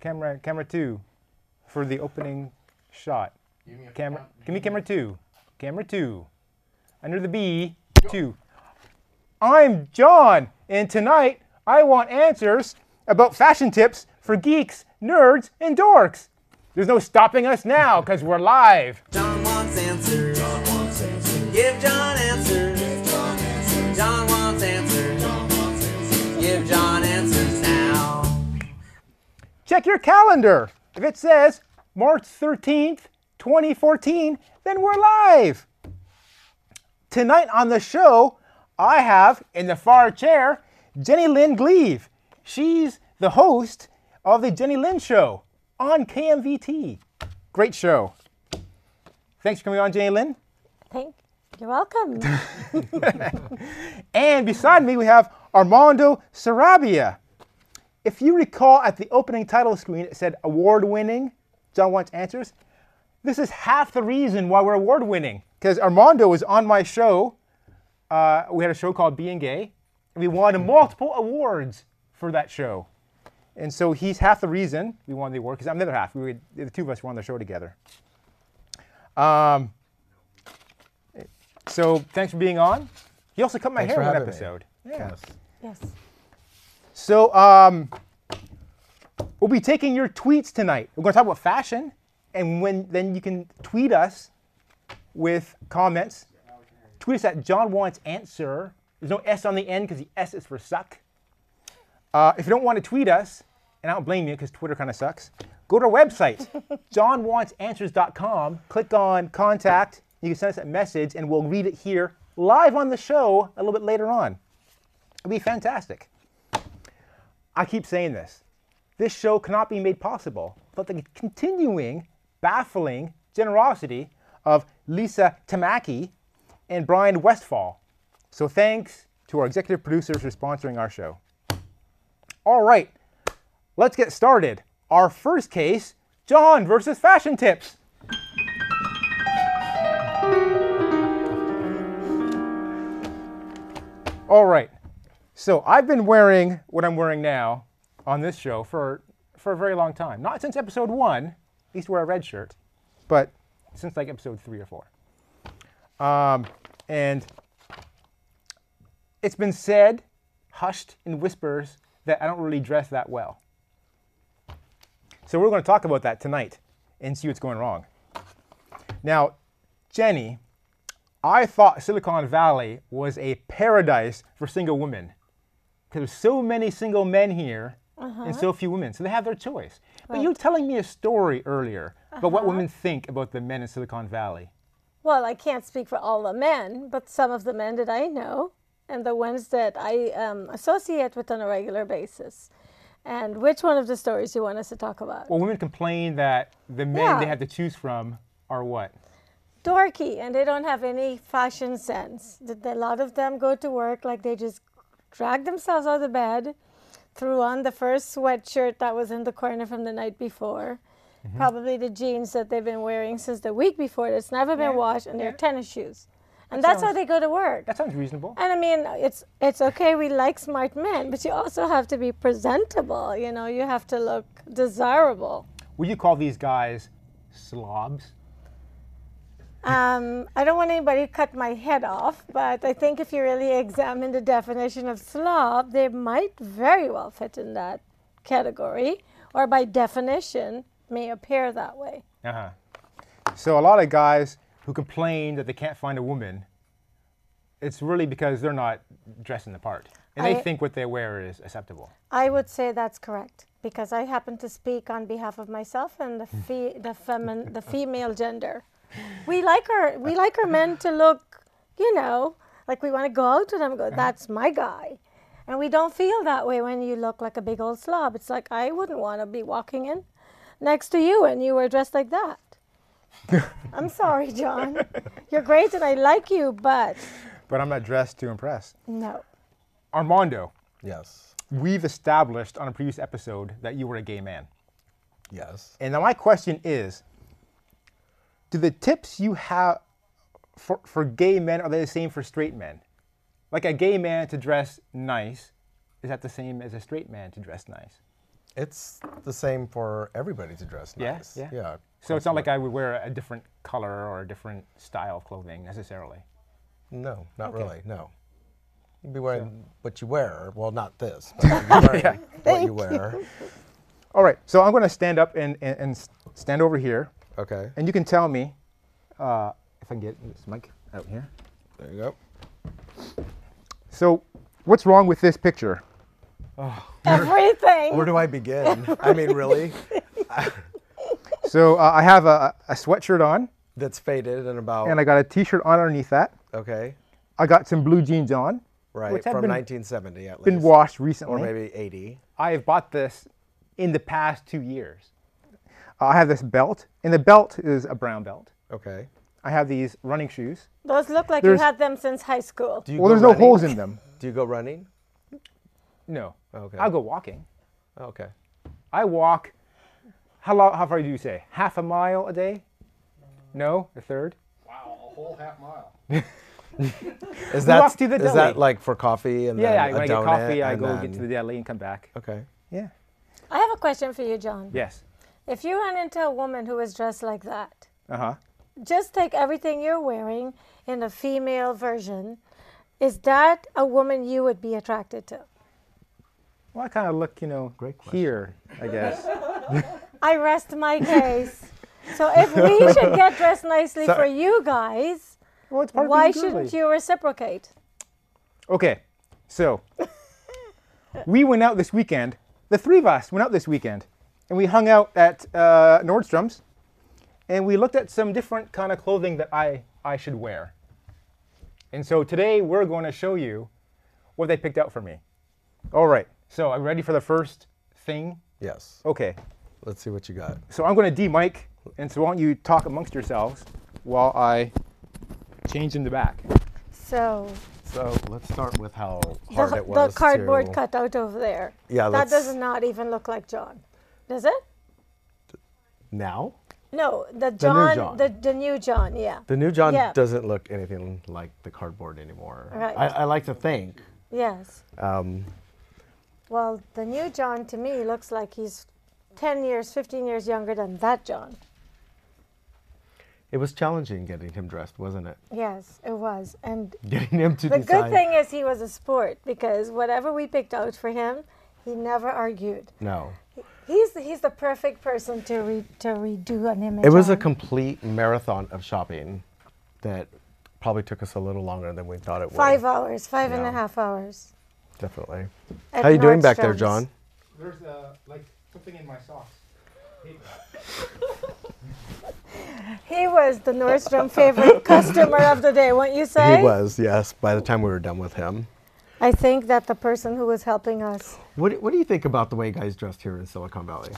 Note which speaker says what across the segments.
Speaker 1: camera camera two for the opening shot.
Speaker 2: Give me a
Speaker 1: Camera,
Speaker 2: count.
Speaker 1: give me camera two. Camera two. Under the B, two. I'm John, and tonight I want answers about fashion tips for geeks, nerds, and dorks. There's no stopping us now because we're live.
Speaker 3: John wants answers. John wants answers. Give John answers. Give John answers. John wants answers. John wants answers. Give John answers now.
Speaker 1: Check your calendar. If it says March 13th, 2014, then we're live. Tonight on the show, I have in the far chair Jenny Lynn Gleave. She's the host of the Jenny Lynn Show on KMVT. Great show. Thanks for coming on, Jenny Lynn.
Speaker 4: Thank you're welcome.
Speaker 1: And beside me, we have Armando Sarabia. If you recall, at the opening title screen, it said award winning. John wants answers. This is half the reason why we're award winning, because Armando was on my show. Uh, we had a show called Being Gay. and We won multiple awards for that show. And so he's half the reason we won the award, because I'm the other half. We were, the two of us were on the show together. Um, so thanks for being on. He also cut my
Speaker 2: Thanks
Speaker 1: hair
Speaker 2: for
Speaker 1: in one
Speaker 2: having me.
Speaker 1: episode. Yeah.
Speaker 2: Yes.
Speaker 4: yes.
Speaker 1: So um, we'll be taking your tweets tonight. We're going to talk about fashion, and when then you can tweet us with comments. Tweet us at John wants answer. There's no S on the end because the S is for suck. Uh, if you don't want to tweet us, and I don't blame you because Twitter kind of sucks, go to our website, johnwantsanswers.com. Click on contact. You can send us a message, and we'll read it here live on the show a little bit later on. It'll be fantastic. I keep saying this. This show cannot be made possible without the continuing baffling generosity of Lisa Tamaki and Brian Westfall. So thanks to our executive producers for sponsoring our show. All right, let's get started. Our first case John versus Fashion Tips. All right. So I've been wearing what I'm wearing now on this show for for a very long time. Not since episode one. I used to wear a red shirt, but since like episode three or four. Um, and it's been said, hushed in whispers, that I don't really dress that well. So we're going to talk about that tonight and see what's going wrong. Now, Jenny, I thought Silicon Valley was a paradise for single women because there's so many single men here
Speaker 4: Uh-huh.
Speaker 1: and so few women, so they have their choice. But you were telling me a story earlier about
Speaker 4: Uh-huh.
Speaker 1: what women think about the men in Silicon Valley.
Speaker 4: Well, I can't speak for all the men, but some of the men that I know and the ones that I um, associate with on a regular basis. And which one of the stories you want us to talk about?
Speaker 1: Well, women complain that the men they
Speaker 4: Yeah.
Speaker 1: have to choose from are what?
Speaker 4: Dorky, and they don't have any fashion sense. Th- A lot of them go to work like they just drag themselves out of bed, threw on the first sweatshirt that was in the corner from the night before, probably the jeans that they've been wearing since the week before that's never been washed, and their tennis shoes. And that's how
Speaker 1: sounds-
Speaker 4: they go to work.
Speaker 1: That sounds reasonable.
Speaker 4: And I mean, it's it's okay. We like smart men, but you also have to be presentable. You know, you have to look desirable.
Speaker 1: Would you call these guys slobs?
Speaker 4: Um, I don't want anybody to cut my head off, but I think if you really examine the definition of slob, they might very well fit in that category, or by definition, may appear that way.
Speaker 1: Uh-huh. So a lot of guys who complain that they can't find a woman, it's really because they're not dressing the part. And they
Speaker 4: I-
Speaker 1: think what they wear is acceptable.
Speaker 4: I would say that's correct because I happen to speak on behalf of myself and the fe- the femin- the female gender. We like our we like our men to look, you know, like we want to go out to them and go, that's my guy. And we don't feel that way when you look like a big old slob. It's like I wouldn't want to be walking in next to you and you were dressed like that. I'm sorry, John. You're great and I like you, but
Speaker 1: But I'm not dressed to impress.
Speaker 4: no.
Speaker 1: Armando,
Speaker 2: Yes.
Speaker 1: we've established on a previous episode that you were a gay man.
Speaker 2: Yes.
Speaker 1: And now my question is, do the tips you have for, for gay men, are they the same for straight men? Like a gay man to dress nice, is that the same as a straight man to dress nice?
Speaker 2: It's the same for everybody to dress
Speaker 1: Yeah,
Speaker 2: nice.
Speaker 1: yeah.
Speaker 2: yeah.
Speaker 1: So it's not like I would wear a different color or a different style of clothing necessarily.
Speaker 2: No, not
Speaker 1: Okay.
Speaker 2: really. No. You'd be wearing what you wear. Well, not this, but you'd be wearing what
Speaker 4: Thank
Speaker 2: you wear.
Speaker 1: All right, so I'm going to stand up and, and, and s- stand over here,
Speaker 2: Okay.
Speaker 1: and you can tell me uh, if I can get this mic out here.
Speaker 2: There you go.
Speaker 1: So, what's wrong with this picture?
Speaker 4: Everything.
Speaker 2: Where do I begin? I mean, really?
Speaker 1: So uh, I have a, a sweatshirt on,
Speaker 2: That's faded and about.
Speaker 1: and I got a T-shirt on underneath that.
Speaker 2: okay.
Speaker 1: I got some blue jeans on,
Speaker 2: Right.
Speaker 1: which have
Speaker 2: From
Speaker 1: been,
Speaker 2: 1970 at least.
Speaker 1: been washed recently.
Speaker 2: Or maybe 80.
Speaker 1: I have bought this in the past two years. Uh, I have this belt, and the belt is a brown belt.
Speaker 2: Okay.
Speaker 1: I have these running shoes.
Speaker 4: Those look like
Speaker 1: There's-
Speaker 4: you had them since high school.
Speaker 2: Do you
Speaker 1: Well,
Speaker 2: go
Speaker 1: there's no
Speaker 2: running?
Speaker 1: holes in them.
Speaker 2: Do you go running?
Speaker 1: No.
Speaker 2: Okay.
Speaker 1: I'll go walking.
Speaker 2: Oh, Okay.
Speaker 1: I walk. How long? How far do you say? Half a mile a day? No, a third.
Speaker 5: Wow, a whole half mile.
Speaker 2: Is that
Speaker 1: walk to the
Speaker 2: is that
Speaker 1: deli.
Speaker 2: like for coffee and
Speaker 1: Yeah,
Speaker 2: then
Speaker 1: yeah.
Speaker 2: a
Speaker 1: When I get
Speaker 2: donut
Speaker 1: coffee, I
Speaker 2: and
Speaker 1: go
Speaker 2: then-
Speaker 1: get to the deli and come back.
Speaker 2: Okay.
Speaker 1: Yeah.
Speaker 4: I have a question for you, John.
Speaker 1: Yes.
Speaker 4: If you run into a woman who is dressed like that,
Speaker 1: Uh huh.
Speaker 4: just take everything you're wearing in a female version. Is that a woman you would be attracted to?
Speaker 1: Well, I kind of look, you know,
Speaker 2: Great question.
Speaker 1: here, I guess.
Speaker 4: I rest my case. so if we should get dressed nicely for you guys,
Speaker 1: well, it's part
Speaker 4: why
Speaker 1: of being
Speaker 4: shouldn't
Speaker 1: girly.
Speaker 4: you reciprocate?
Speaker 1: Okay, so we went out this weekend. The three of us went out this weekend, and we hung out at uh, Nordstrom's, and we looked at some different kind of clothing that I I should wear. And so today we're going to show you what they picked out for me. All right. So are you ready for the first thing?
Speaker 2: Yes.
Speaker 1: Okay.
Speaker 2: Let's see what you got.
Speaker 1: So I'm going to de-mic, and so why don't you talk amongst yourselves while I change in the back.
Speaker 4: So
Speaker 2: So let's start with how
Speaker 4: the,
Speaker 2: hard it
Speaker 4: the
Speaker 2: was.
Speaker 4: cardboard
Speaker 2: to,
Speaker 4: cutout over there.
Speaker 2: Yeah,
Speaker 4: that
Speaker 2: let's-
Speaker 4: does not even look like John, does it?
Speaker 2: Now,
Speaker 4: No, the John,
Speaker 2: John.
Speaker 4: the, the new John, yeah.
Speaker 2: the new John
Speaker 4: Yeah.
Speaker 2: doesn't look anything like the cardboard anymore.
Speaker 4: Right.
Speaker 2: I, I like to think.
Speaker 4: yes.
Speaker 2: Um,
Speaker 4: Well, the new John to me looks like he's 10 years, 15 years younger than that John.
Speaker 2: it was challenging getting him dressed, wasn't it?
Speaker 4: Yes, it was. And
Speaker 2: Getting him to
Speaker 4: the
Speaker 2: decide.
Speaker 4: good thing is he was a sport because whatever we picked out for him, he never argued.
Speaker 2: No.
Speaker 4: He's he's the perfect person to re, to redo an image.
Speaker 2: It was a
Speaker 4: on.
Speaker 2: complete marathon of shopping that probably took us a little longer than we thought it would.
Speaker 4: five hours, five and a
Speaker 2: Yeah.
Speaker 4: half hours.
Speaker 2: Definitely.
Speaker 4: at
Speaker 2: How you doing back there,
Speaker 4: Nordstrom's.
Speaker 2: John?
Speaker 1: There's uh, like something in my socks.
Speaker 4: He was the Nordstrom favorite customer of the day, won't you say?
Speaker 2: He was, yes, by the time we were done with him.
Speaker 4: I think that the person who was helping us
Speaker 2: What, what do you think about the way guys dressed here in Silicon Valley?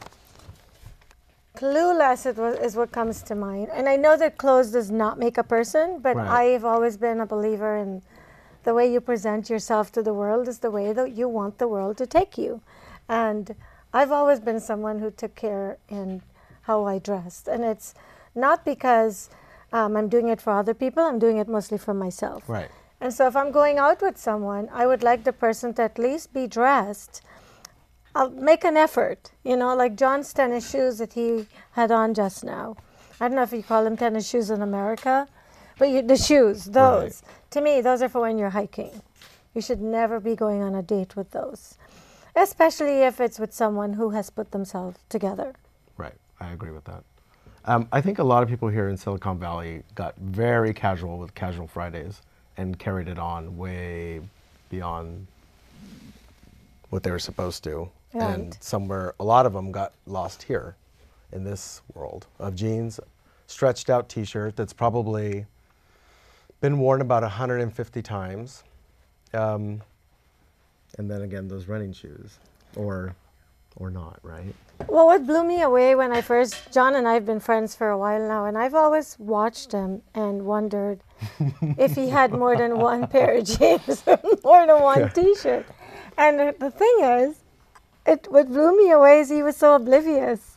Speaker 4: Clueless it was, is what comes to mind. And I know that clothes does not make a person, but
Speaker 2: Right.
Speaker 4: I've always been a believer in the way you present yourself to the world is the way that you want the world to take you. And I've always been someone who took care in how I dressed. And it's not because um, I'm doing it for other people, I'm doing it mostly for myself.
Speaker 2: Right.
Speaker 4: And so if I'm going out with someone, I would like the person to at least be dressed. I'll make an effort, you know, like John's tennis shoes that he had on just now. I don't know if you call them tennis shoes in America, but you, the shoes, those. To me, those are for when you're hiking. You should never be going on a date with those, especially if it's with someone who has put themselves together.
Speaker 2: Right. I agree with that. Um, I think a lot of people here in Silicon Valley got very casual with Casual Fridays and carried it on way beyond what they were supposed to. And
Speaker 4: Right.
Speaker 2: somewhere, a lot of them got lost here in this world of jeans, stretched out t shirt that's probably been worn about 150 times. Um, and then again, those running shoes, or, or not, right?
Speaker 4: Well, what blew me away when I first, John and I have been friends for a while now, and I've always watched him and wondered if he had more than one pair of jeans or more than one t shirt. And the thing is, it, what blew me away is he was so oblivious.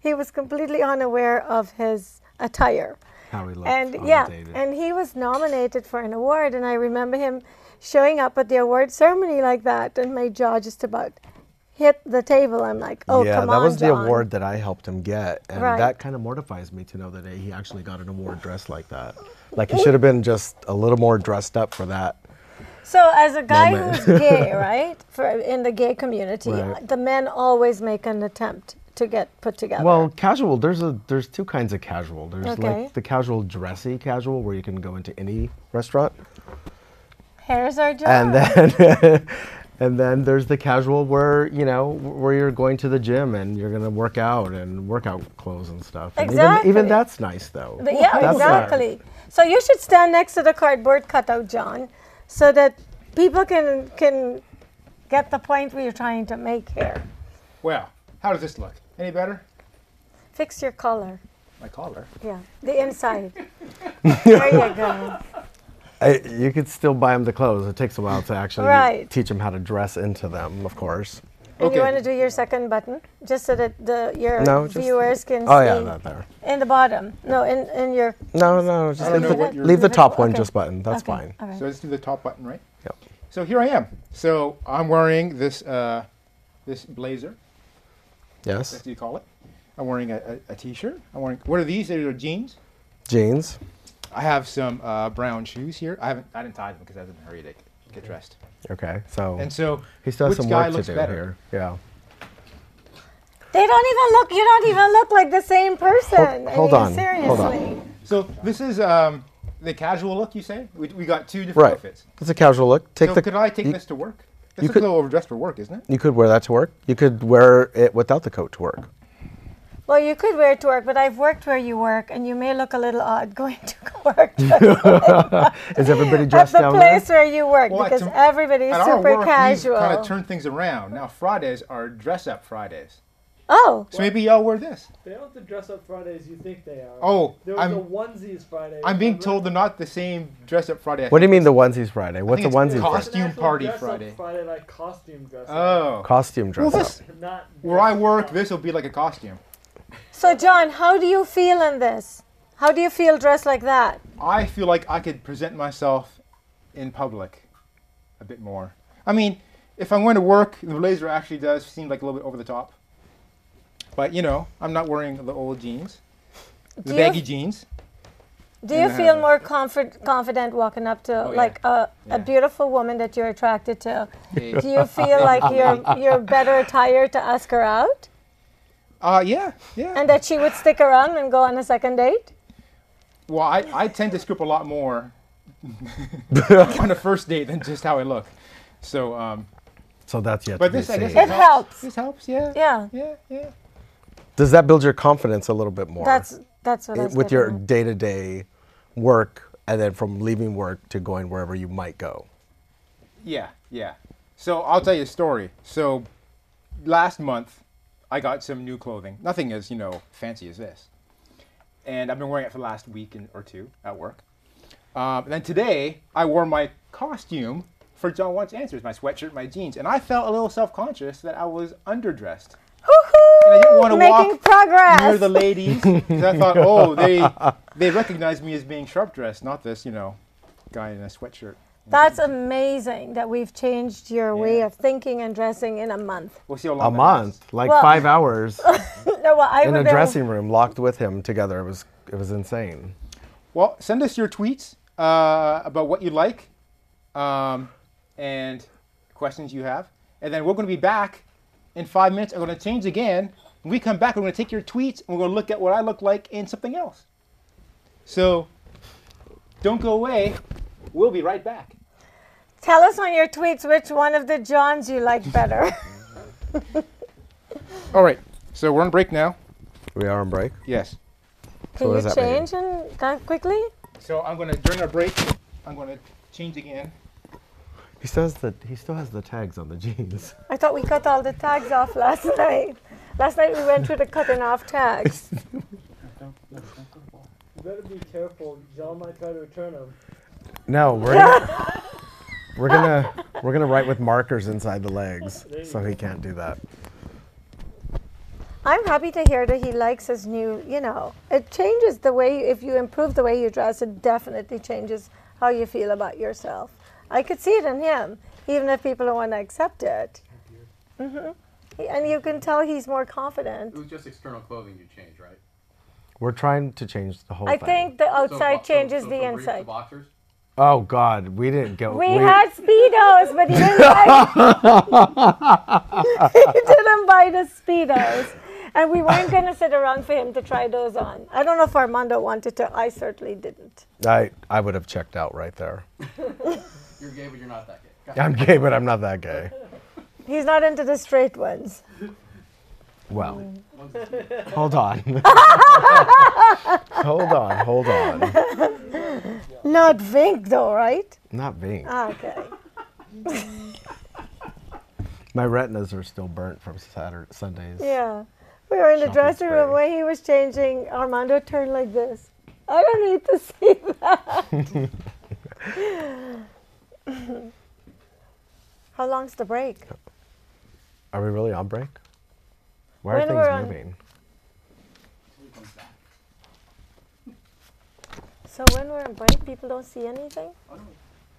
Speaker 4: He was completely unaware of his attire
Speaker 2: How we look.
Speaker 4: and
Speaker 2: on
Speaker 4: yeah,
Speaker 2: the dated-
Speaker 4: and he was nominated for an award, and I remember him showing up at the award ceremony like that, and my jaw just about hit the table, I'm like, oh,
Speaker 2: yeah,
Speaker 4: come
Speaker 2: that
Speaker 4: on,
Speaker 2: was the
Speaker 4: John.
Speaker 2: award that I helped him get, and
Speaker 4: Right.
Speaker 2: that kind of mortifies me to know that he actually got an award dressed like that. Like he should have been just a little more dressed up for that.
Speaker 4: So, as a guy
Speaker 2: Moment.
Speaker 4: who's gay, right, for in the gay community,
Speaker 2: Right.
Speaker 4: the men always make an attempt to get put together.
Speaker 2: Well, casual. There's a there's two kinds of casual. There's
Speaker 4: Okay.
Speaker 2: like the casual dressy casual where you can go into any restaurant,
Speaker 4: here's our job.
Speaker 2: and then and then there's the casual where you know where you're going to the gym and you're gonna work out and workout clothes and stuff. And Even,
Speaker 4: Exactly.
Speaker 2: even that's nice though.
Speaker 4: But yeah,
Speaker 2: That's nice.
Speaker 4: exactly. So you should stand next to the cardboard cutout, John, so that people can can get the point we are trying to make here.
Speaker 1: Well, how does this look? Any better?
Speaker 4: Fix your collar.
Speaker 1: My collar.
Speaker 4: Yeah, the inside. there you go.
Speaker 2: I, you could still buy them the clothes. It takes a while to actually
Speaker 4: Right.
Speaker 2: teach them how to dress into them, of course.
Speaker 4: And
Speaker 1: Okay.
Speaker 4: you want to do your second button, just so that the your
Speaker 2: No, just-
Speaker 4: viewers can
Speaker 2: Oh
Speaker 4: see
Speaker 2: yeah, that there.
Speaker 4: in the bottom. No, in in your.
Speaker 2: No, no, just
Speaker 1: I don't
Speaker 2: leave
Speaker 1: know
Speaker 2: the,
Speaker 1: what you're-
Speaker 2: leave the top one
Speaker 4: Okay.
Speaker 2: just button. That's
Speaker 4: okay,
Speaker 2: fine.
Speaker 4: All right.
Speaker 1: So let's do the top button, right?
Speaker 2: Yep.
Speaker 1: So here I am. So I'm wearing this uh, this blazer.
Speaker 2: Yes.
Speaker 1: That's what you call it. I'm wearing a, a, a t-shirt. I'm wearing. What are these? These are jeans.
Speaker 2: Jeans.
Speaker 1: I have some uh, brown shoes here. I haven't. I didn't tie them because I was in a hurry to get dressed.
Speaker 2: Okay. So.
Speaker 1: And so,
Speaker 2: he still has
Speaker 1: which
Speaker 2: some
Speaker 1: guy
Speaker 2: work to
Speaker 1: looks
Speaker 2: do
Speaker 1: better?
Speaker 2: here. Yeah.
Speaker 4: They don't even look. You don't even look like the same person.
Speaker 2: hold
Speaker 4: I
Speaker 2: on,
Speaker 4: mean,
Speaker 2: hold on.
Speaker 4: seriously.
Speaker 1: So this is um, the casual look. You say we, we got two different
Speaker 2: Right.
Speaker 1: outfits.
Speaker 2: It's a casual look. Take
Speaker 1: so
Speaker 2: the.
Speaker 1: could I take
Speaker 2: you,
Speaker 1: this to work? This
Speaker 2: you
Speaker 1: looks
Speaker 2: could-
Speaker 1: a little overdressed for work, isn't it?
Speaker 2: You could wear that to work. You could wear it without the coat to work.
Speaker 4: Well, you could wear it to work, but I've worked where you work, and you may look a little odd going to work
Speaker 2: Is everybody
Speaker 4: at
Speaker 2: dressed
Speaker 4: the
Speaker 2: down
Speaker 4: place
Speaker 2: there?
Speaker 4: where you work
Speaker 1: Well, at
Speaker 4: because
Speaker 1: some-
Speaker 4: everybody's
Speaker 1: At our
Speaker 4: super
Speaker 1: work,
Speaker 4: casual.
Speaker 1: we've kind of turned things around. Now Fridays are dress-up Fridays.
Speaker 4: oh,
Speaker 1: So maybe y'all wear this.
Speaker 6: They don't have to dress up Fridays you think they are.
Speaker 1: Oh,
Speaker 6: there was
Speaker 1: I'm
Speaker 6: a onesies Friday.
Speaker 1: I'm being told they're not the same dress-up Friday. I
Speaker 2: What do you
Speaker 1: think
Speaker 2: mean the onesies Friday? What's a
Speaker 1: think it's
Speaker 2: onesie?
Speaker 1: cost-
Speaker 2: Friday?
Speaker 1: Costume party Friday.
Speaker 6: Friday like costume dress.
Speaker 1: it's- Oh.
Speaker 2: Costume
Speaker 1: Well,
Speaker 2: dress
Speaker 1: this
Speaker 2: up.
Speaker 6: Not
Speaker 1: where I work, this will be like a costume.
Speaker 4: so John, how do you feel in this? How do you feel dressed like that?
Speaker 1: I feel like I could present myself in public a bit more. I mean, if I'm going to work, the blazer actually does seem like a little bit over the top. But you know, I'm not wearing the old jeans, the
Speaker 4: you-
Speaker 1: baggy jeans.
Speaker 4: Do you
Speaker 1: Yeah.
Speaker 4: feel more comfort, confident walking up to
Speaker 2: Oh,
Speaker 1: yeah.
Speaker 4: like a,
Speaker 1: Yeah.
Speaker 4: a beautiful woman that you're attracted to?
Speaker 1: Hey.
Speaker 4: Do you feel like you're you're better attired to ask her out,
Speaker 1: Uh, yeah, yeah.
Speaker 4: and that she would stick around and go on a second date?
Speaker 1: Well, I, I tend to scoop a lot more on a first date than just how I look. So, um,
Speaker 2: So that's yet
Speaker 1: but
Speaker 2: to be
Speaker 1: this I guess
Speaker 2: seen.
Speaker 4: It helps.
Speaker 1: This helps, yeah.
Speaker 4: Yeah,
Speaker 1: Yeah, yeah.
Speaker 2: Does that build your confidence a little bit more?
Speaker 4: that's that's what I
Speaker 2: i-
Speaker 4: was
Speaker 2: with
Speaker 4: getting
Speaker 2: your
Speaker 4: at.
Speaker 2: day to day work and then from leaving work to going wherever you might go.
Speaker 1: Yeah, yeah. So I'll tell you a story. So last month, I got some new clothing. Nothing as you know fancy as this, and I've been wearing it for the last week and, or two at work. Um, and then today, I wore my costume for John Wants Answers, my sweatshirt, my jeans, and I felt a little self-conscious that I was underdressed. And I didn't want to
Speaker 4: Making
Speaker 1: walk
Speaker 4: progress.
Speaker 1: near the ladies 'cause I thought, oh, they they recognize me as being sharp dressed, not this you know guy in a sweatshirt.
Speaker 4: That's amazing that we've changed your way
Speaker 1: Yeah.
Speaker 4: of thinking and dressing in a month.
Speaker 1: We'll see how long
Speaker 2: A
Speaker 1: that lasts.
Speaker 2: month, like
Speaker 4: Well-
Speaker 2: five hours
Speaker 4: No, well, I
Speaker 2: in a
Speaker 4: would been-
Speaker 2: dressing room locked with him together. It was it was insane.
Speaker 1: Well, send us your tweets uh, about what you like um, and questions you have. And then we're going to be back in five minutes. I'm going to change again. When we come back, we're going to take your tweets and we're going to look at what I look like and something else. So don't go away. We'll be right back.
Speaker 4: Tell us on your tweets which one of the Johns you like better.
Speaker 1: All right. So we're on break now.
Speaker 2: We are on break.
Speaker 1: Yes.
Speaker 4: Can
Speaker 2: what
Speaker 4: you
Speaker 2: does that mean?
Speaker 4: change and kind of quickly?
Speaker 1: So I'm going to, during our break, I'm going to change again.
Speaker 2: He says that he still has the tags on the jeans.
Speaker 4: I thought we cut all the tags off last night. Last night we went through the cutting off tags.
Speaker 6: You better be careful. John might try to return them.
Speaker 2: No, we're gonna, we're gonna we're gonna write with markers inside the legs, so he can't do that.
Speaker 4: I'm happy to hear that he likes his new, you know, it changes the way, if you improve the way you dress, it definitely changes how you feel about yourself. I could see it in him, even if people don't want to accept it. hmm and you can tell he's more confident.
Speaker 7: It was just external clothing you changed, right?
Speaker 2: We're trying to change the whole
Speaker 4: I
Speaker 2: thing.
Speaker 4: think the
Speaker 7: So
Speaker 4: outside
Speaker 7: bo- so-
Speaker 4: changes
Speaker 7: so
Speaker 4: the
Speaker 7: from briefs to
Speaker 4: inside.
Speaker 7: boxers?
Speaker 2: Oh God, we didn't go.
Speaker 4: We had speedos, but he didn't buy. he didn't buy the speedos, and we weren't gonna sit around for him to try those on. I don't know if Armando wanted to. I certainly didn't.
Speaker 2: I I would have checked out right there.
Speaker 7: You're gay, but you're not that gay. Got
Speaker 2: I'm gay, but I'm not that gay.
Speaker 4: He's not into the straight ones.
Speaker 2: Well, hold on. hold on, hold on.
Speaker 4: Not Vink though, right? Ah,
Speaker 2: Not being.
Speaker 4: Okay.
Speaker 2: My retinas are still burnt from Saturday, Sundays.
Speaker 4: Yeah. We were in the
Speaker 2: Shopping
Speaker 4: dressing room
Speaker 2: spree.
Speaker 4: when he was changing. Armando turned like this. I don't need to see that. How long's the break?
Speaker 2: Are we really on break? Why
Speaker 4: When we're
Speaker 2: are
Speaker 4: on-
Speaker 2: things moving?
Speaker 4: So when we're on break, people don't see anything?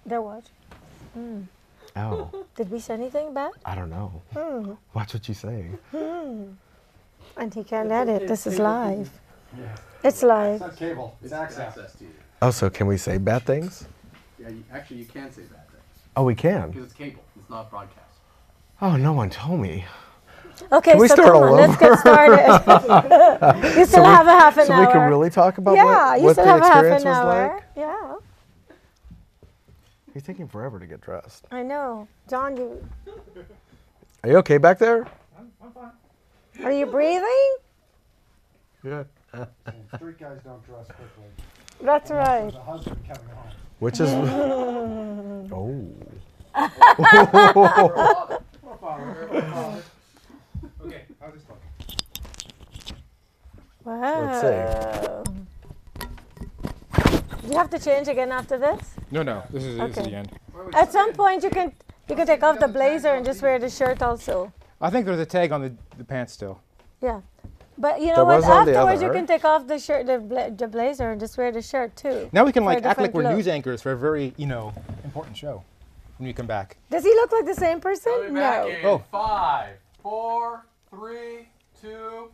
Speaker 4: They're watching.
Speaker 2: Oh,
Speaker 4: Did we say anything back?
Speaker 2: I don't know. Watch what you say.
Speaker 4: And he can't edit. This is live. It's live.
Speaker 1: It's cable. It's access.
Speaker 7: access to you.
Speaker 2: Oh, so can we say bad things?
Speaker 7: Yeah, you, actually, you can say bad things
Speaker 2: Oh, we can.
Speaker 7: because it's cable. It's not broadcast.
Speaker 2: Oh, no one told me.
Speaker 4: Okay,
Speaker 2: Can we
Speaker 4: so
Speaker 2: start
Speaker 4: come
Speaker 2: all
Speaker 4: on, let's get started. you still have a half an
Speaker 2: so
Speaker 4: hour.
Speaker 2: we can really talk about
Speaker 4: yeah,
Speaker 2: what,
Speaker 4: you
Speaker 2: what
Speaker 4: still
Speaker 2: the
Speaker 4: have a half
Speaker 2: experience
Speaker 4: an hour.
Speaker 2: was like.
Speaker 4: Yeah,
Speaker 2: He's taking forever to get dressed.
Speaker 4: I know. John, you
Speaker 2: Are you okay back there?
Speaker 4: are you breathing?
Speaker 2: Yeah.
Speaker 8: Street guys don't dress quickly.
Speaker 4: That's right.
Speaker 8: The husband coming home.
Speaker 2: Which is. oh.
Speaker 1: Okay, I'll just talk.
Speaker 4: Wow.
Speaker 2: see.
Speaker 4: You have to change again after this.
Speaker 1: No, no. This is, this
Speaker 4: Okay.
Speaker 1: is the end.
Speaker 4: At some point, you can you can take off the blazer and just wear the shirt also.
Speaker 1: I think there's a tag on the, the pants still.
Speaker 4: Yeah. But you know
Speaker 2: There
Speaker 4: what?
Speaker 2: was on the
Speaker 4: Afterwards, you
Speaker 2: other.
Speaker 4: can take off the shirt, the, bla- the blazer, and just wear the shirt too.
Speaker 1: Now we can
Speaker 4: For a
Speaker 1: like act like
Speaker 4: different
Speaker 1: we're
Speaker 4: look.
Speaker 1: news anchors for a very, you know, important show when we come back.
Speaker 4: Does he look like the same person?
Speaker 7: We'll be back
Speaker 4: no.
Speaker 7: in
Speaker 1: Oh.
Speaker 7: five, four, three, two.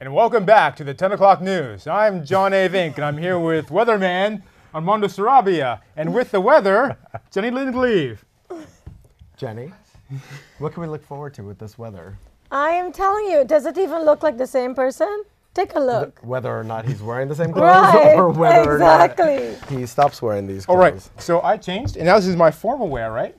Speaker 1: And welcome back to the 10 o'clock news. I'm John A. Vink, and I'm here with weatherman Armando Sarabia, and with the weather, Jenny Lindleaf.
Speaker 2: Jenny, what can we look forward to with this weather?
Speaker 4: I am telling you, does it even look like the same person? Take a look.
Speaker 2: Whether or not he's wearing the same clothes
Speaker 4: Right.
Speaker 2: or whether
Speaker 4: exactly.
Speaker 2: or not he stops wearing these
Speaker 1: All
Speaker 2: clothes.
Speaker 1: right, so I changed, and now this is my formal wear, right?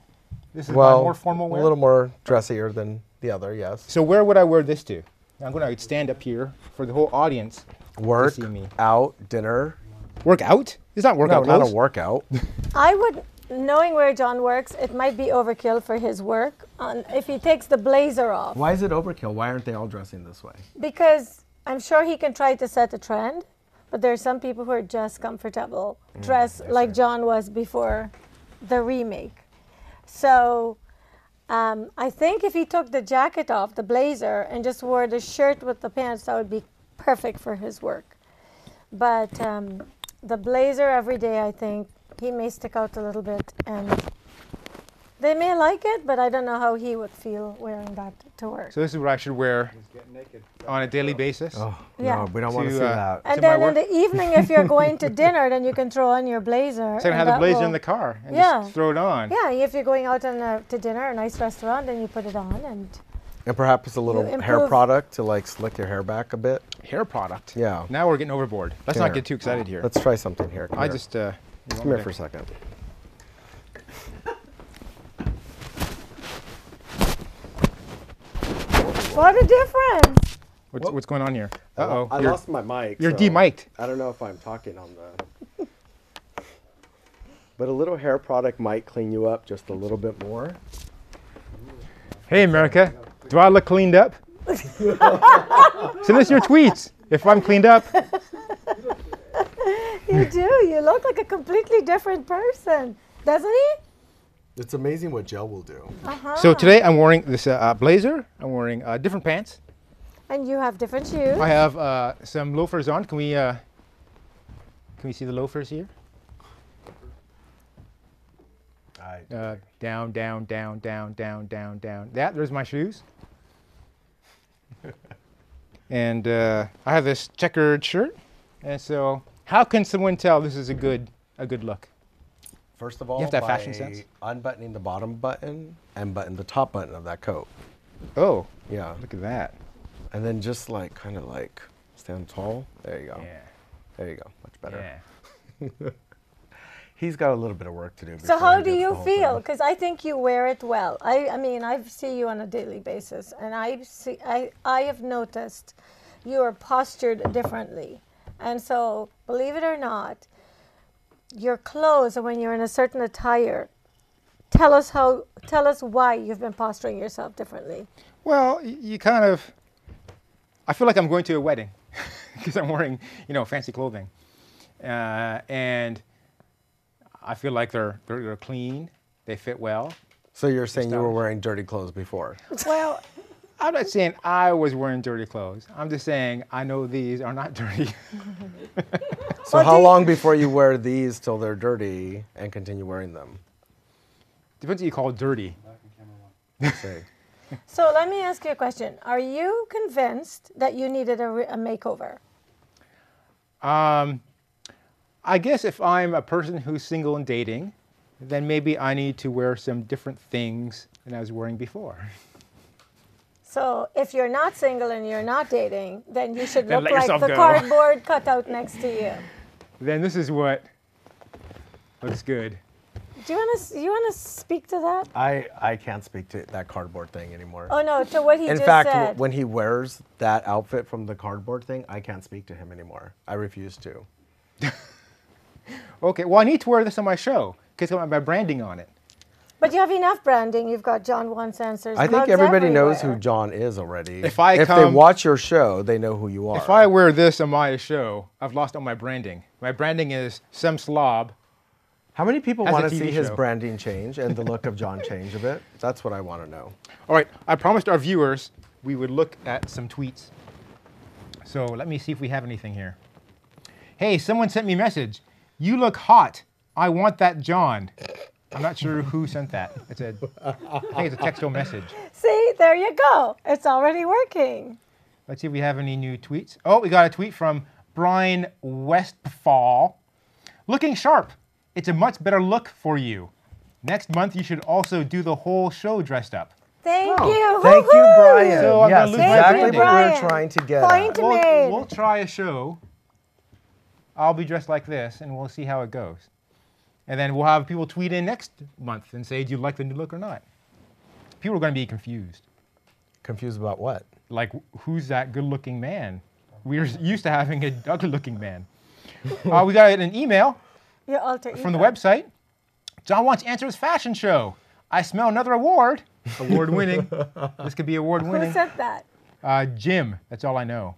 Speaker 1: This is
Speaker 2: Well,
Speaker 1: my more formal wear.
Speaker 2: a little more dressier than the other, yes.
Speaker 1: So where would I wear this to? I'm going to stand up here for the whole audience.
Speaker 2: Work,
Speaker 1: see me.
Speaker 2: out, dinner.
Speaker 1: Workout? It's not
Speaker 2: No,
Speaker 1: workout
Speaker 2: not a
Speaker 1: clothes.
Speaker 2: workout.
Speaker 4: I would, knowing where John works, it might be overkill for his work on, if he takes the blazer off.
Speaker 2: Why is it overkill? Why aren't they all dressing this way?
Speaker 4: Because I'm sure he can try to set a trend, but there are some people who are just comfortable dressed like John was before the remake. So um, I think if he took the jacket off, the blazer, and just wore the shirt with the pants, that would be perfect for his work. But um, the blazer every day, I think he may stick out a little bit, and they may like it, but I don't know how he would feel wearing that to work.
Speaker 1: So this is what I should wear on a daily basis.
Speaker 2: Oh,
Speaker 4: Yeah.
Speaker 2: no, we don't want to
Speaker 1: To,
Speaker 2: see
Speaker 1: uh,
Speaker 2: that.
Speaker 4: And
Speaker 1: to my
Speaker 4: then in the evening, if you're going to dinner, then you can throw on your blazer.
Speaker 1: So I'm
Speaker 4: and
Speaker 1: gonna have the
Speaker 4: that
Speaker 1: blazer
Speaker 4: will-
Speaker 1: in the car and
Speaker 4: Yeah.
Speaker 1: just throw it on.
Speaker 4: Yeah, if you're going out on a, to dinner, a nice restaurant, then you put it on. And
Speaker 2: And perhaps a little hair
Speaker 4: improve-
Speaker 2: product to like slick your hair back a bit.
Speaker 1: Hair product.
Speaker 2: Yeah.
Speaker 1: Now we're getting overboard. Let's
Speaker 2: Here.
Speaker 1: not get too excited here.
Speaker 2: Let's try something here. Come
Speaker 1: I
Speaker 2: here.
Speaker 1: just uh,
Speaker 2: come here for a second.
Speaker 4: what a difference!
Speaker 1: what's, what's going on here? Uh oh.
Speaker 2: I
Speaker 1: You're,
Speaker 2: lost my mic.
Speaker 1: you're
Speaker 2: so
Speaker 1: de-mic'd.
Speaker 2: I don't know if I'm talking on the. but a little hair product might clean you up just a little bit more.
Speaker 1: Hey America, do I look cleaned up? Send us your tweets if I'm cleaned up.
Speaker 4: You do. You look like a completely different person, doesn't he?
Speaker 2: It's amazing what gel will do.
Speaker 4: Ah.
Speaker 1: So today I'm wearing this uh, uh, blazer. I'm wearing uh, different pants.
Speaker 4: And you have different shoes.
Speaker 1: I have uh, some loafers on. Can we uh, can we see the loafers here?
Speaker 2: I,
Speaker 1: uh, down, down, down, down, down, down, down. That there's my shoes. and uh, I have this checkered shirt, and so how can someone tell this is a good a good look?
Speaker 2: first of all,
Speaker 1: have to have fashion
Speaker 2: by
Speaker 1: sense.
Speaker 2: Unbuttoning the bottom button and button the top button of that coat.
Speaker 1: Oh,
Speaker 2: Yeah,
Speaker 1: look at that.
Speaker 2: and then just like kind of like stand tall. There you go.
Speaker 1: Yeah,
Speaker 2: There you go. Much better.
Speaker 1: yeah.
Speaker 2: He's got a little bit of work to do.
Speaker 4: So
Speaker 2: before
Speaker 4: how
Speaker 2: he
Speaker 4: do
Speaker 2: gets the
Speaker 4: you
Speaker 2: whole
Speaker 4: feel?
Speaker 2: thing.
Speaker 4: Because I think you wear it well. I, I mean, I see you on a daily basis, and I see, I, I have noticed you are postured differently, and so believe it or not, your clothes when you're in a certain attire, tell us how, tell us why you've been posturing yourself differently.
Speaker 1: Well, y- you kind of. I feel like I'm going to a wedding because I'm wearing, you know, fancy clothing, uh, and I feel like they're, they're they're clean. They fit well.
Speaker 2: So you're saying you were wearing dirty clothes before?
Speaker 1: Well, I'm not saying I was wearing dirty clothes. I'm just saying I know these are not dirty.
Speaker 2: So
Speaker 4: Well, do
Speaker 2: how
Speaker 4: you-
Speaker 2: long before you wear these till they're dirty and continue wearing them?
Speaker 1: Depends what you call dirty.
Speaker 2: Say,
Speaker 4: So let me ask you a question: Are you convinced that you needed a, re- a makeover?
Speaker 1: I guess if I'm a person who's single and dating, then maybe I need to wear some different things than I was wearing before.
Speaker 4: So if you're not single and you're not dating, then you should
Speaker 1: Then
Speaker 4: look
Speaker 1: let
Speaker 4: like
Speaker 1: yourself
Speaker 4: the
Speaker 1: go.
Speaker 4: cardboard cutout next to you.
Speaker 1: Then this is what looks good.
Speaker 4: Do you want to? You want to speak to that?
Speaker 2: I I can't speak to that cardboard thing anymore.
Speaker 4: Oh no, to what he
Speaker 2: In
Speaker 4: just
Speaker 2: fact, w-
Speaker 4: said.
Speaker 2: when he wears that outfit from the cardboard thing, I can't speak to him anymore. I refuse to.
Speaker 1: Okay, well, I need to wear this on my show because I want my branding on it.
Speaker 4: but you have enough branding. You've got John Wants Answers.
Speaker 2: I think
Speaker 4: mugs
Speaker 2: everybody knows who
Speaker 4: everywhere.
Speaker 2: John is already.
Speaker 1: If I
Speaker 2: if they
Speaker 1: come-
Speaker 2: watch your show, they know who you are.
Speaker 1: If I wear this on my show, I've lost all my branding. My branding is some slob.
Speaker 2: how many people
Speaker 1: As a
Speaker 2: want to
Speaker 1: TV
Speaker 2: see his
Speaker 1: show.
Speaker 2: branding change and the look of John change a bit? That's what I want to know.
Speaker 1: All right, I promised our viewers we would look at some tweets. So let me see if we have anything here. Hey, someone sent me a message. You look hot. I want that John. I'm not sure who sent that. It's a, I think it's a textual message.
Speaker 4: See, there you go. It's already working.
Speaker 1: Let's see if we have any new tweets. Oh, we got a tweet from Brian Westfall. Looking sharp. It's a much better look for you. Next month, you should also do the whole show dressed up.
Speaker 4: Thank you.
Speaker 2: Oh, Thank you,
Speaker 4: Woo-hoo!
Speaker 2: Brian.
Speaker 1: So uh, I'm gonna
Speaker 2: yes,
Speaker 1: lose my
Speaker 2: exactly what
Speaker 1: branding.
Speaker 2: we
Speaker 4: Brian.
Speaker 2: were trying to get.
Speaker 4: Point
Speaker 2: at.
Speaker 4: to
Speaker 1: We'll,
Speaker 4: made.
Speaker 1: we'll try a show. I'll be dressed like this, and we'll see how it goes. And then we'll have people tweet in next month and say, "Do you like the new look or not?" People are going to be confused.
Speaker 2: Confused about what?
Speaker 1: Like, who's that good-looking man? We're used to having an ugly-looking man. uh, we got an email
Speaker 4: Your alter ego.
Speaker 1: from the website. John wants answers fashion show. I smell another award. Award winning. this could be award
Speaker 4: Who
Speaker 1: winning.
Speaker 4: said that?
Speaker 1: Uh, Jim. That's all I know.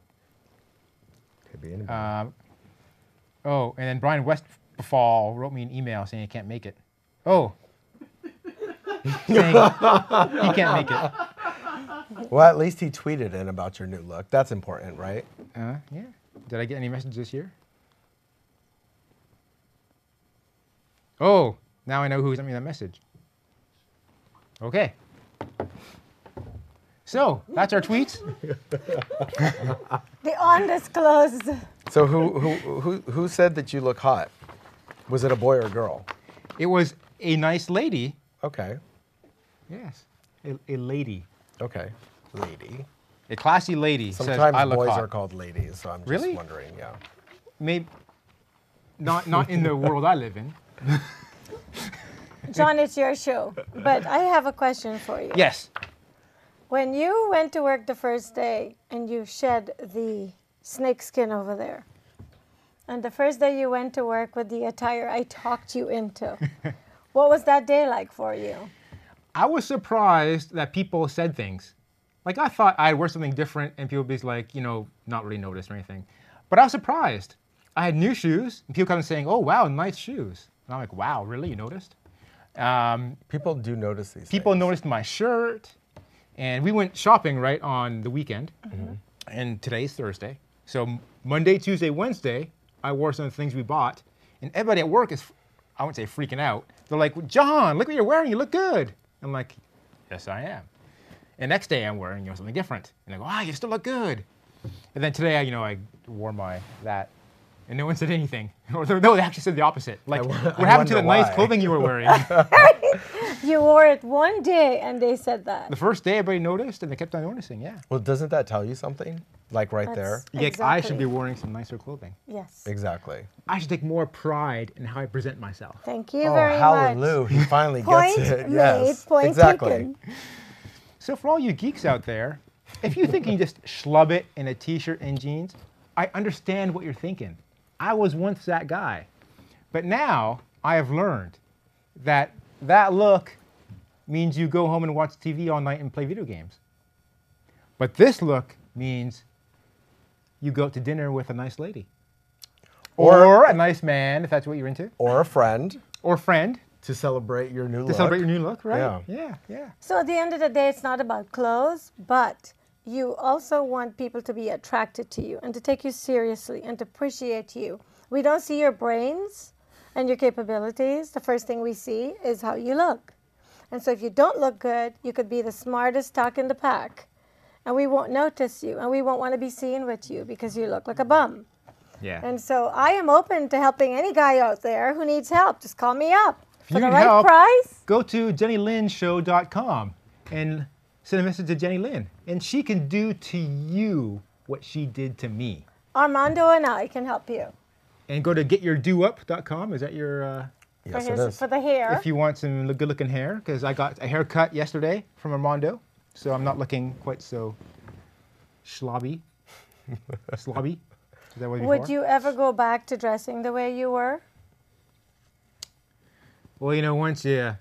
Speaker 2: Could be anybody.
Speaker 1: Uh, Oh, and then Brian Westfall wrote me an email saying he can't make it. Oh. saying he can't make it.
Speaker 2: well, at least he tweeted in about your new look. That's important, right?
Speaker 1: Uh, yeah. Did I get any messages this year? Oh, now I know who sent me that message. Okay. So that's our tweets.
Speaker 4: The undisclosed.
Speaker 2: So who who who who said that you look hot? Was it a boy or a girl?
Speaker 1: It was a nice lady.
Speaker 2: Okay,
Speaker 1: Yes. A, a lady.
Speaker 2: okay, lady.
Speaker 1: A classy lady says,
Speaker 2: Sometimes
Speaker 1: "I look
Speaker 2: boys
Speaker 1: hot."
Speaker 2: are called ladies, so I'm just
Speaker 1: Really?
Speaker 2: wondering. Yeah.
Speaker 1: Maybe not not in the world I live in.
Speaker 4: John, it's your show. But I have a question for you.
Speaker 1: Yes.
Speaker 4: When you went to work the first day and you shed the snake skin over there, and the first day you went to work with the attire I talked you into, what was that day like for you?
Speaker 1: I was surprised that people said things. Like I thought I'd wear something different and people would be like, you know, not really notice or anything. But I was surprised. I had new shoes and people come saying, oh wow, nice shoes. And I'm like, wow, really? You noticed? Um,
Speaker 2: People do notice these.
Speaker 1: people
Speaker 2: things.
Speaker 1: noticed my shirt and we went shopping right on the weekend
Speaker 2: Mm-hmm.
Speaker 1: and today's thursday so M- monday tuesday wednesday i wore some of the things we bought and everybody at work is i wouldn't say freaking out They're like, John, look what you're wearing. You look good. I'm like, yes, I am. And next day I'm wearing you know, something different. And they go, ah, you still look good. And then today, I, you know, I wore my that, and no one said anything. Or they- no, they actually said the opposite. Like,
Speaker 2: wo- I
Speaker 1: what happened to the
Speaker 2: wonder
Speaker 1: nice
Speaker 2: why."
Speaker 1: clothing you were wearing?
Speaker 4: You wore it one day and they said that.
Speaker 1: the first day, everybody noticed, and they kept on noticing. Yeah.
Speaker 2: Well, doesn't that tell you something? Like right there?
Speaker 4: That's-
Speaker 1: Yeah, I should
Speaker 4: Exactly.
Speaker 1: be wearing some nicer clothing.
Speaker 4: Yes.
Speaker 2: Exactly.
Speaker 1: I should take more pride in how I present myself.
Speaker 4: Thank you
Speaker 2: oh,
Speaker 4: very
Speaker 2: hallelujah.
Speaker 4: much.
Speaker 2: He finally
Speaker 4: Point
Speaker 2: gets it.
Speaker 4: made,
Speaker 2: yes.
Speaker 4: point
Speaker 2: exactly.
Speaker 4: taken.
Speaker 1: So for all you geeks out there, if you think you can just schlub it in a t-shirt and jeans, I understand what you're thinking. I was once that guy. But now I have learned that that look means you go home and watch TV all night and play video games. But this look means you go out to dinner with a nice lady. Or,
Speaker 2: Or-
Speaker 1: a nice man, if that's what you're into.
Speaker 2: Or a friend
Speaker 1: Or friend to
Speaker 2: to celebrate your new look.
Speaker 1: celebrate your new look, right?
Speaker 2: Yeah.
Speaker 1: yeah, yeah.
Speaker 4: So at the end of the day, it's not about clothes, but you also want people to be attracted to you and to take you seriously and to appreciate you. We don't see your brains and your capabilities. The first thing we see is how you look. And so if you don't look good, you could be the smartest talk in the pack. And we won't notice you and we won't want to be seen with you because you look like a bum.
Speaker 1: Yeah.
Speaker 4: And so I am open to helping any guy out there who needs help. Just call me up. For
Speaker 1: you
Speaker 4: the
Speaker 1: need
Speaker 4: right
Speaker 1: help-
Speaker 4: price.
Speaker 1: go to jennylynnshow.com and send a message to Jenny Lynn, and she can do to you what she did to me.
Speaker 4: Armando and I can help you.
Speaker 1: And go to getyourdoup.com. Is that your uh,
Speaker 2: Yes,
Speaker 4: for,
Speaker 2: it
Speaker 4: his-
Speaker 2: is.
Speaker 4: for the hair.
Speaker 1: if you want some lo- good-looking hair? Because I got a haircut yesterday from Armando, so I'm not looking quite so slobby. slobby. Is that what
Speaker 4: Would you ever go back to dressing the way you were?
Speaker 1: Well, you know, once you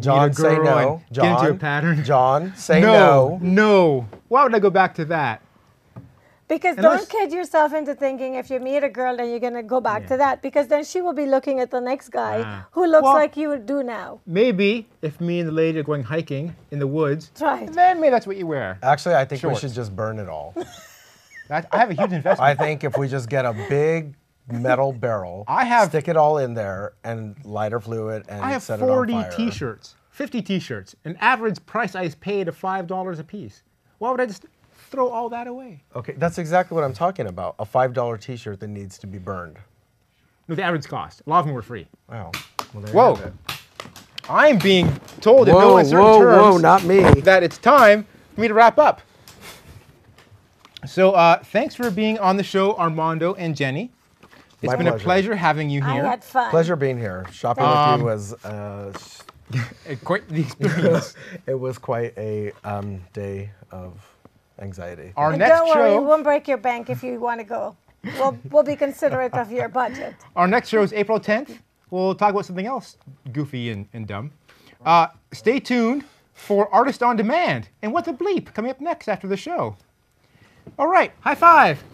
Speaker 2: John,
Speaker 1: meet a
Speaker 2: say
Speaker 1: girl
Speaker 2: no.
Speaker 1: and
Speaker 2: John,
Speaker 1: get into a pattern.
Speaker 2: John, say
Speaker 1: no,
Speaker 2: no.
Speaker 1: no. Why would I go back to that?
Speaker 4: Because
Speaker 1: Unless-
Speaker 4: don't kid yourself into thinking if you meet a girl then you're gonna go back to
Speaker 1: Yeah.
Speaker 4: that because then she will be looking at the next guy
Speaker 1: Ah.
Speaker 4: who looks
Speaker 1: Well-
Speaker 4: like you do now.
Speaker 1: Maybe if me and the lady are going hiking in the woods,
Speaker 4: That's right.
Speaker 1: then maybe that's what you wear.
Speaker 2: Actually, I think we
Speaker 1: Shorts.
Speaker 2: should just burn it all.
Speaker 1: That, I have a huge investment.
Speaker 2: I think if we just get a big metal barrel,
Speaker 1: I have-
Speaker 2: stick it all in there and lighter fluid and
Speaker 1: I have
Speaker 2: set
Speaker 1: 40
Speaker 2: it on fire.
Speaker 1: t-shirts, 50 t-shirts, an average price I paid of five dollars a piece. Why would I just throw all that away?
Speaker 2: Okay, that's exactly what I'm talking about. A five dollar T-shirt that needs to be burned.
Speaker 1: No, the average cost. A lot of them were free.
Speaker 2: Wow. Well, there you
Speaker 1: Whoa.
Speaker 2: have it.
Speaker 1: I'm being told in no
Speaker 2: Whoa,
Speaker 1: uncertain
Speaker 2: whoa,
Speaker 1: terms
Speaker 2: whoa, not me.
Speaker 1: that it's time for me to wrap up. So uh, thanks for being on the show, Armando and Jenny. It's
Speaker 2: My
Speaker 1: been a
Speaker 2: pleasure.
Speaker 1: pleasure having you
Speaker 4: I
Speaker 1: here.
Speaker 4: had fun.
Speaker 2: Pleasure being here. Shopping with you was uh, s-
Speaker 1: Uh, Quite the experience.
Speaker 2: it was quite a um, day of anxiety.
Speaker 1: Our
Speaker 4: And
Speaker 1: next
Speaker 4: don't worry,
Speaker 1: show.
Speaker 4: we won't break your bank if you want to go. We'll, we'll be considerate of your budget.
Speaker 1: Our next show is April 10th. We'll talk about something else goofy and, and dumb. Uh, stay tuned for Artist on Demand and What the Bleep coming up next after the show. All right, high five.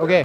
Speaker 1: Okay.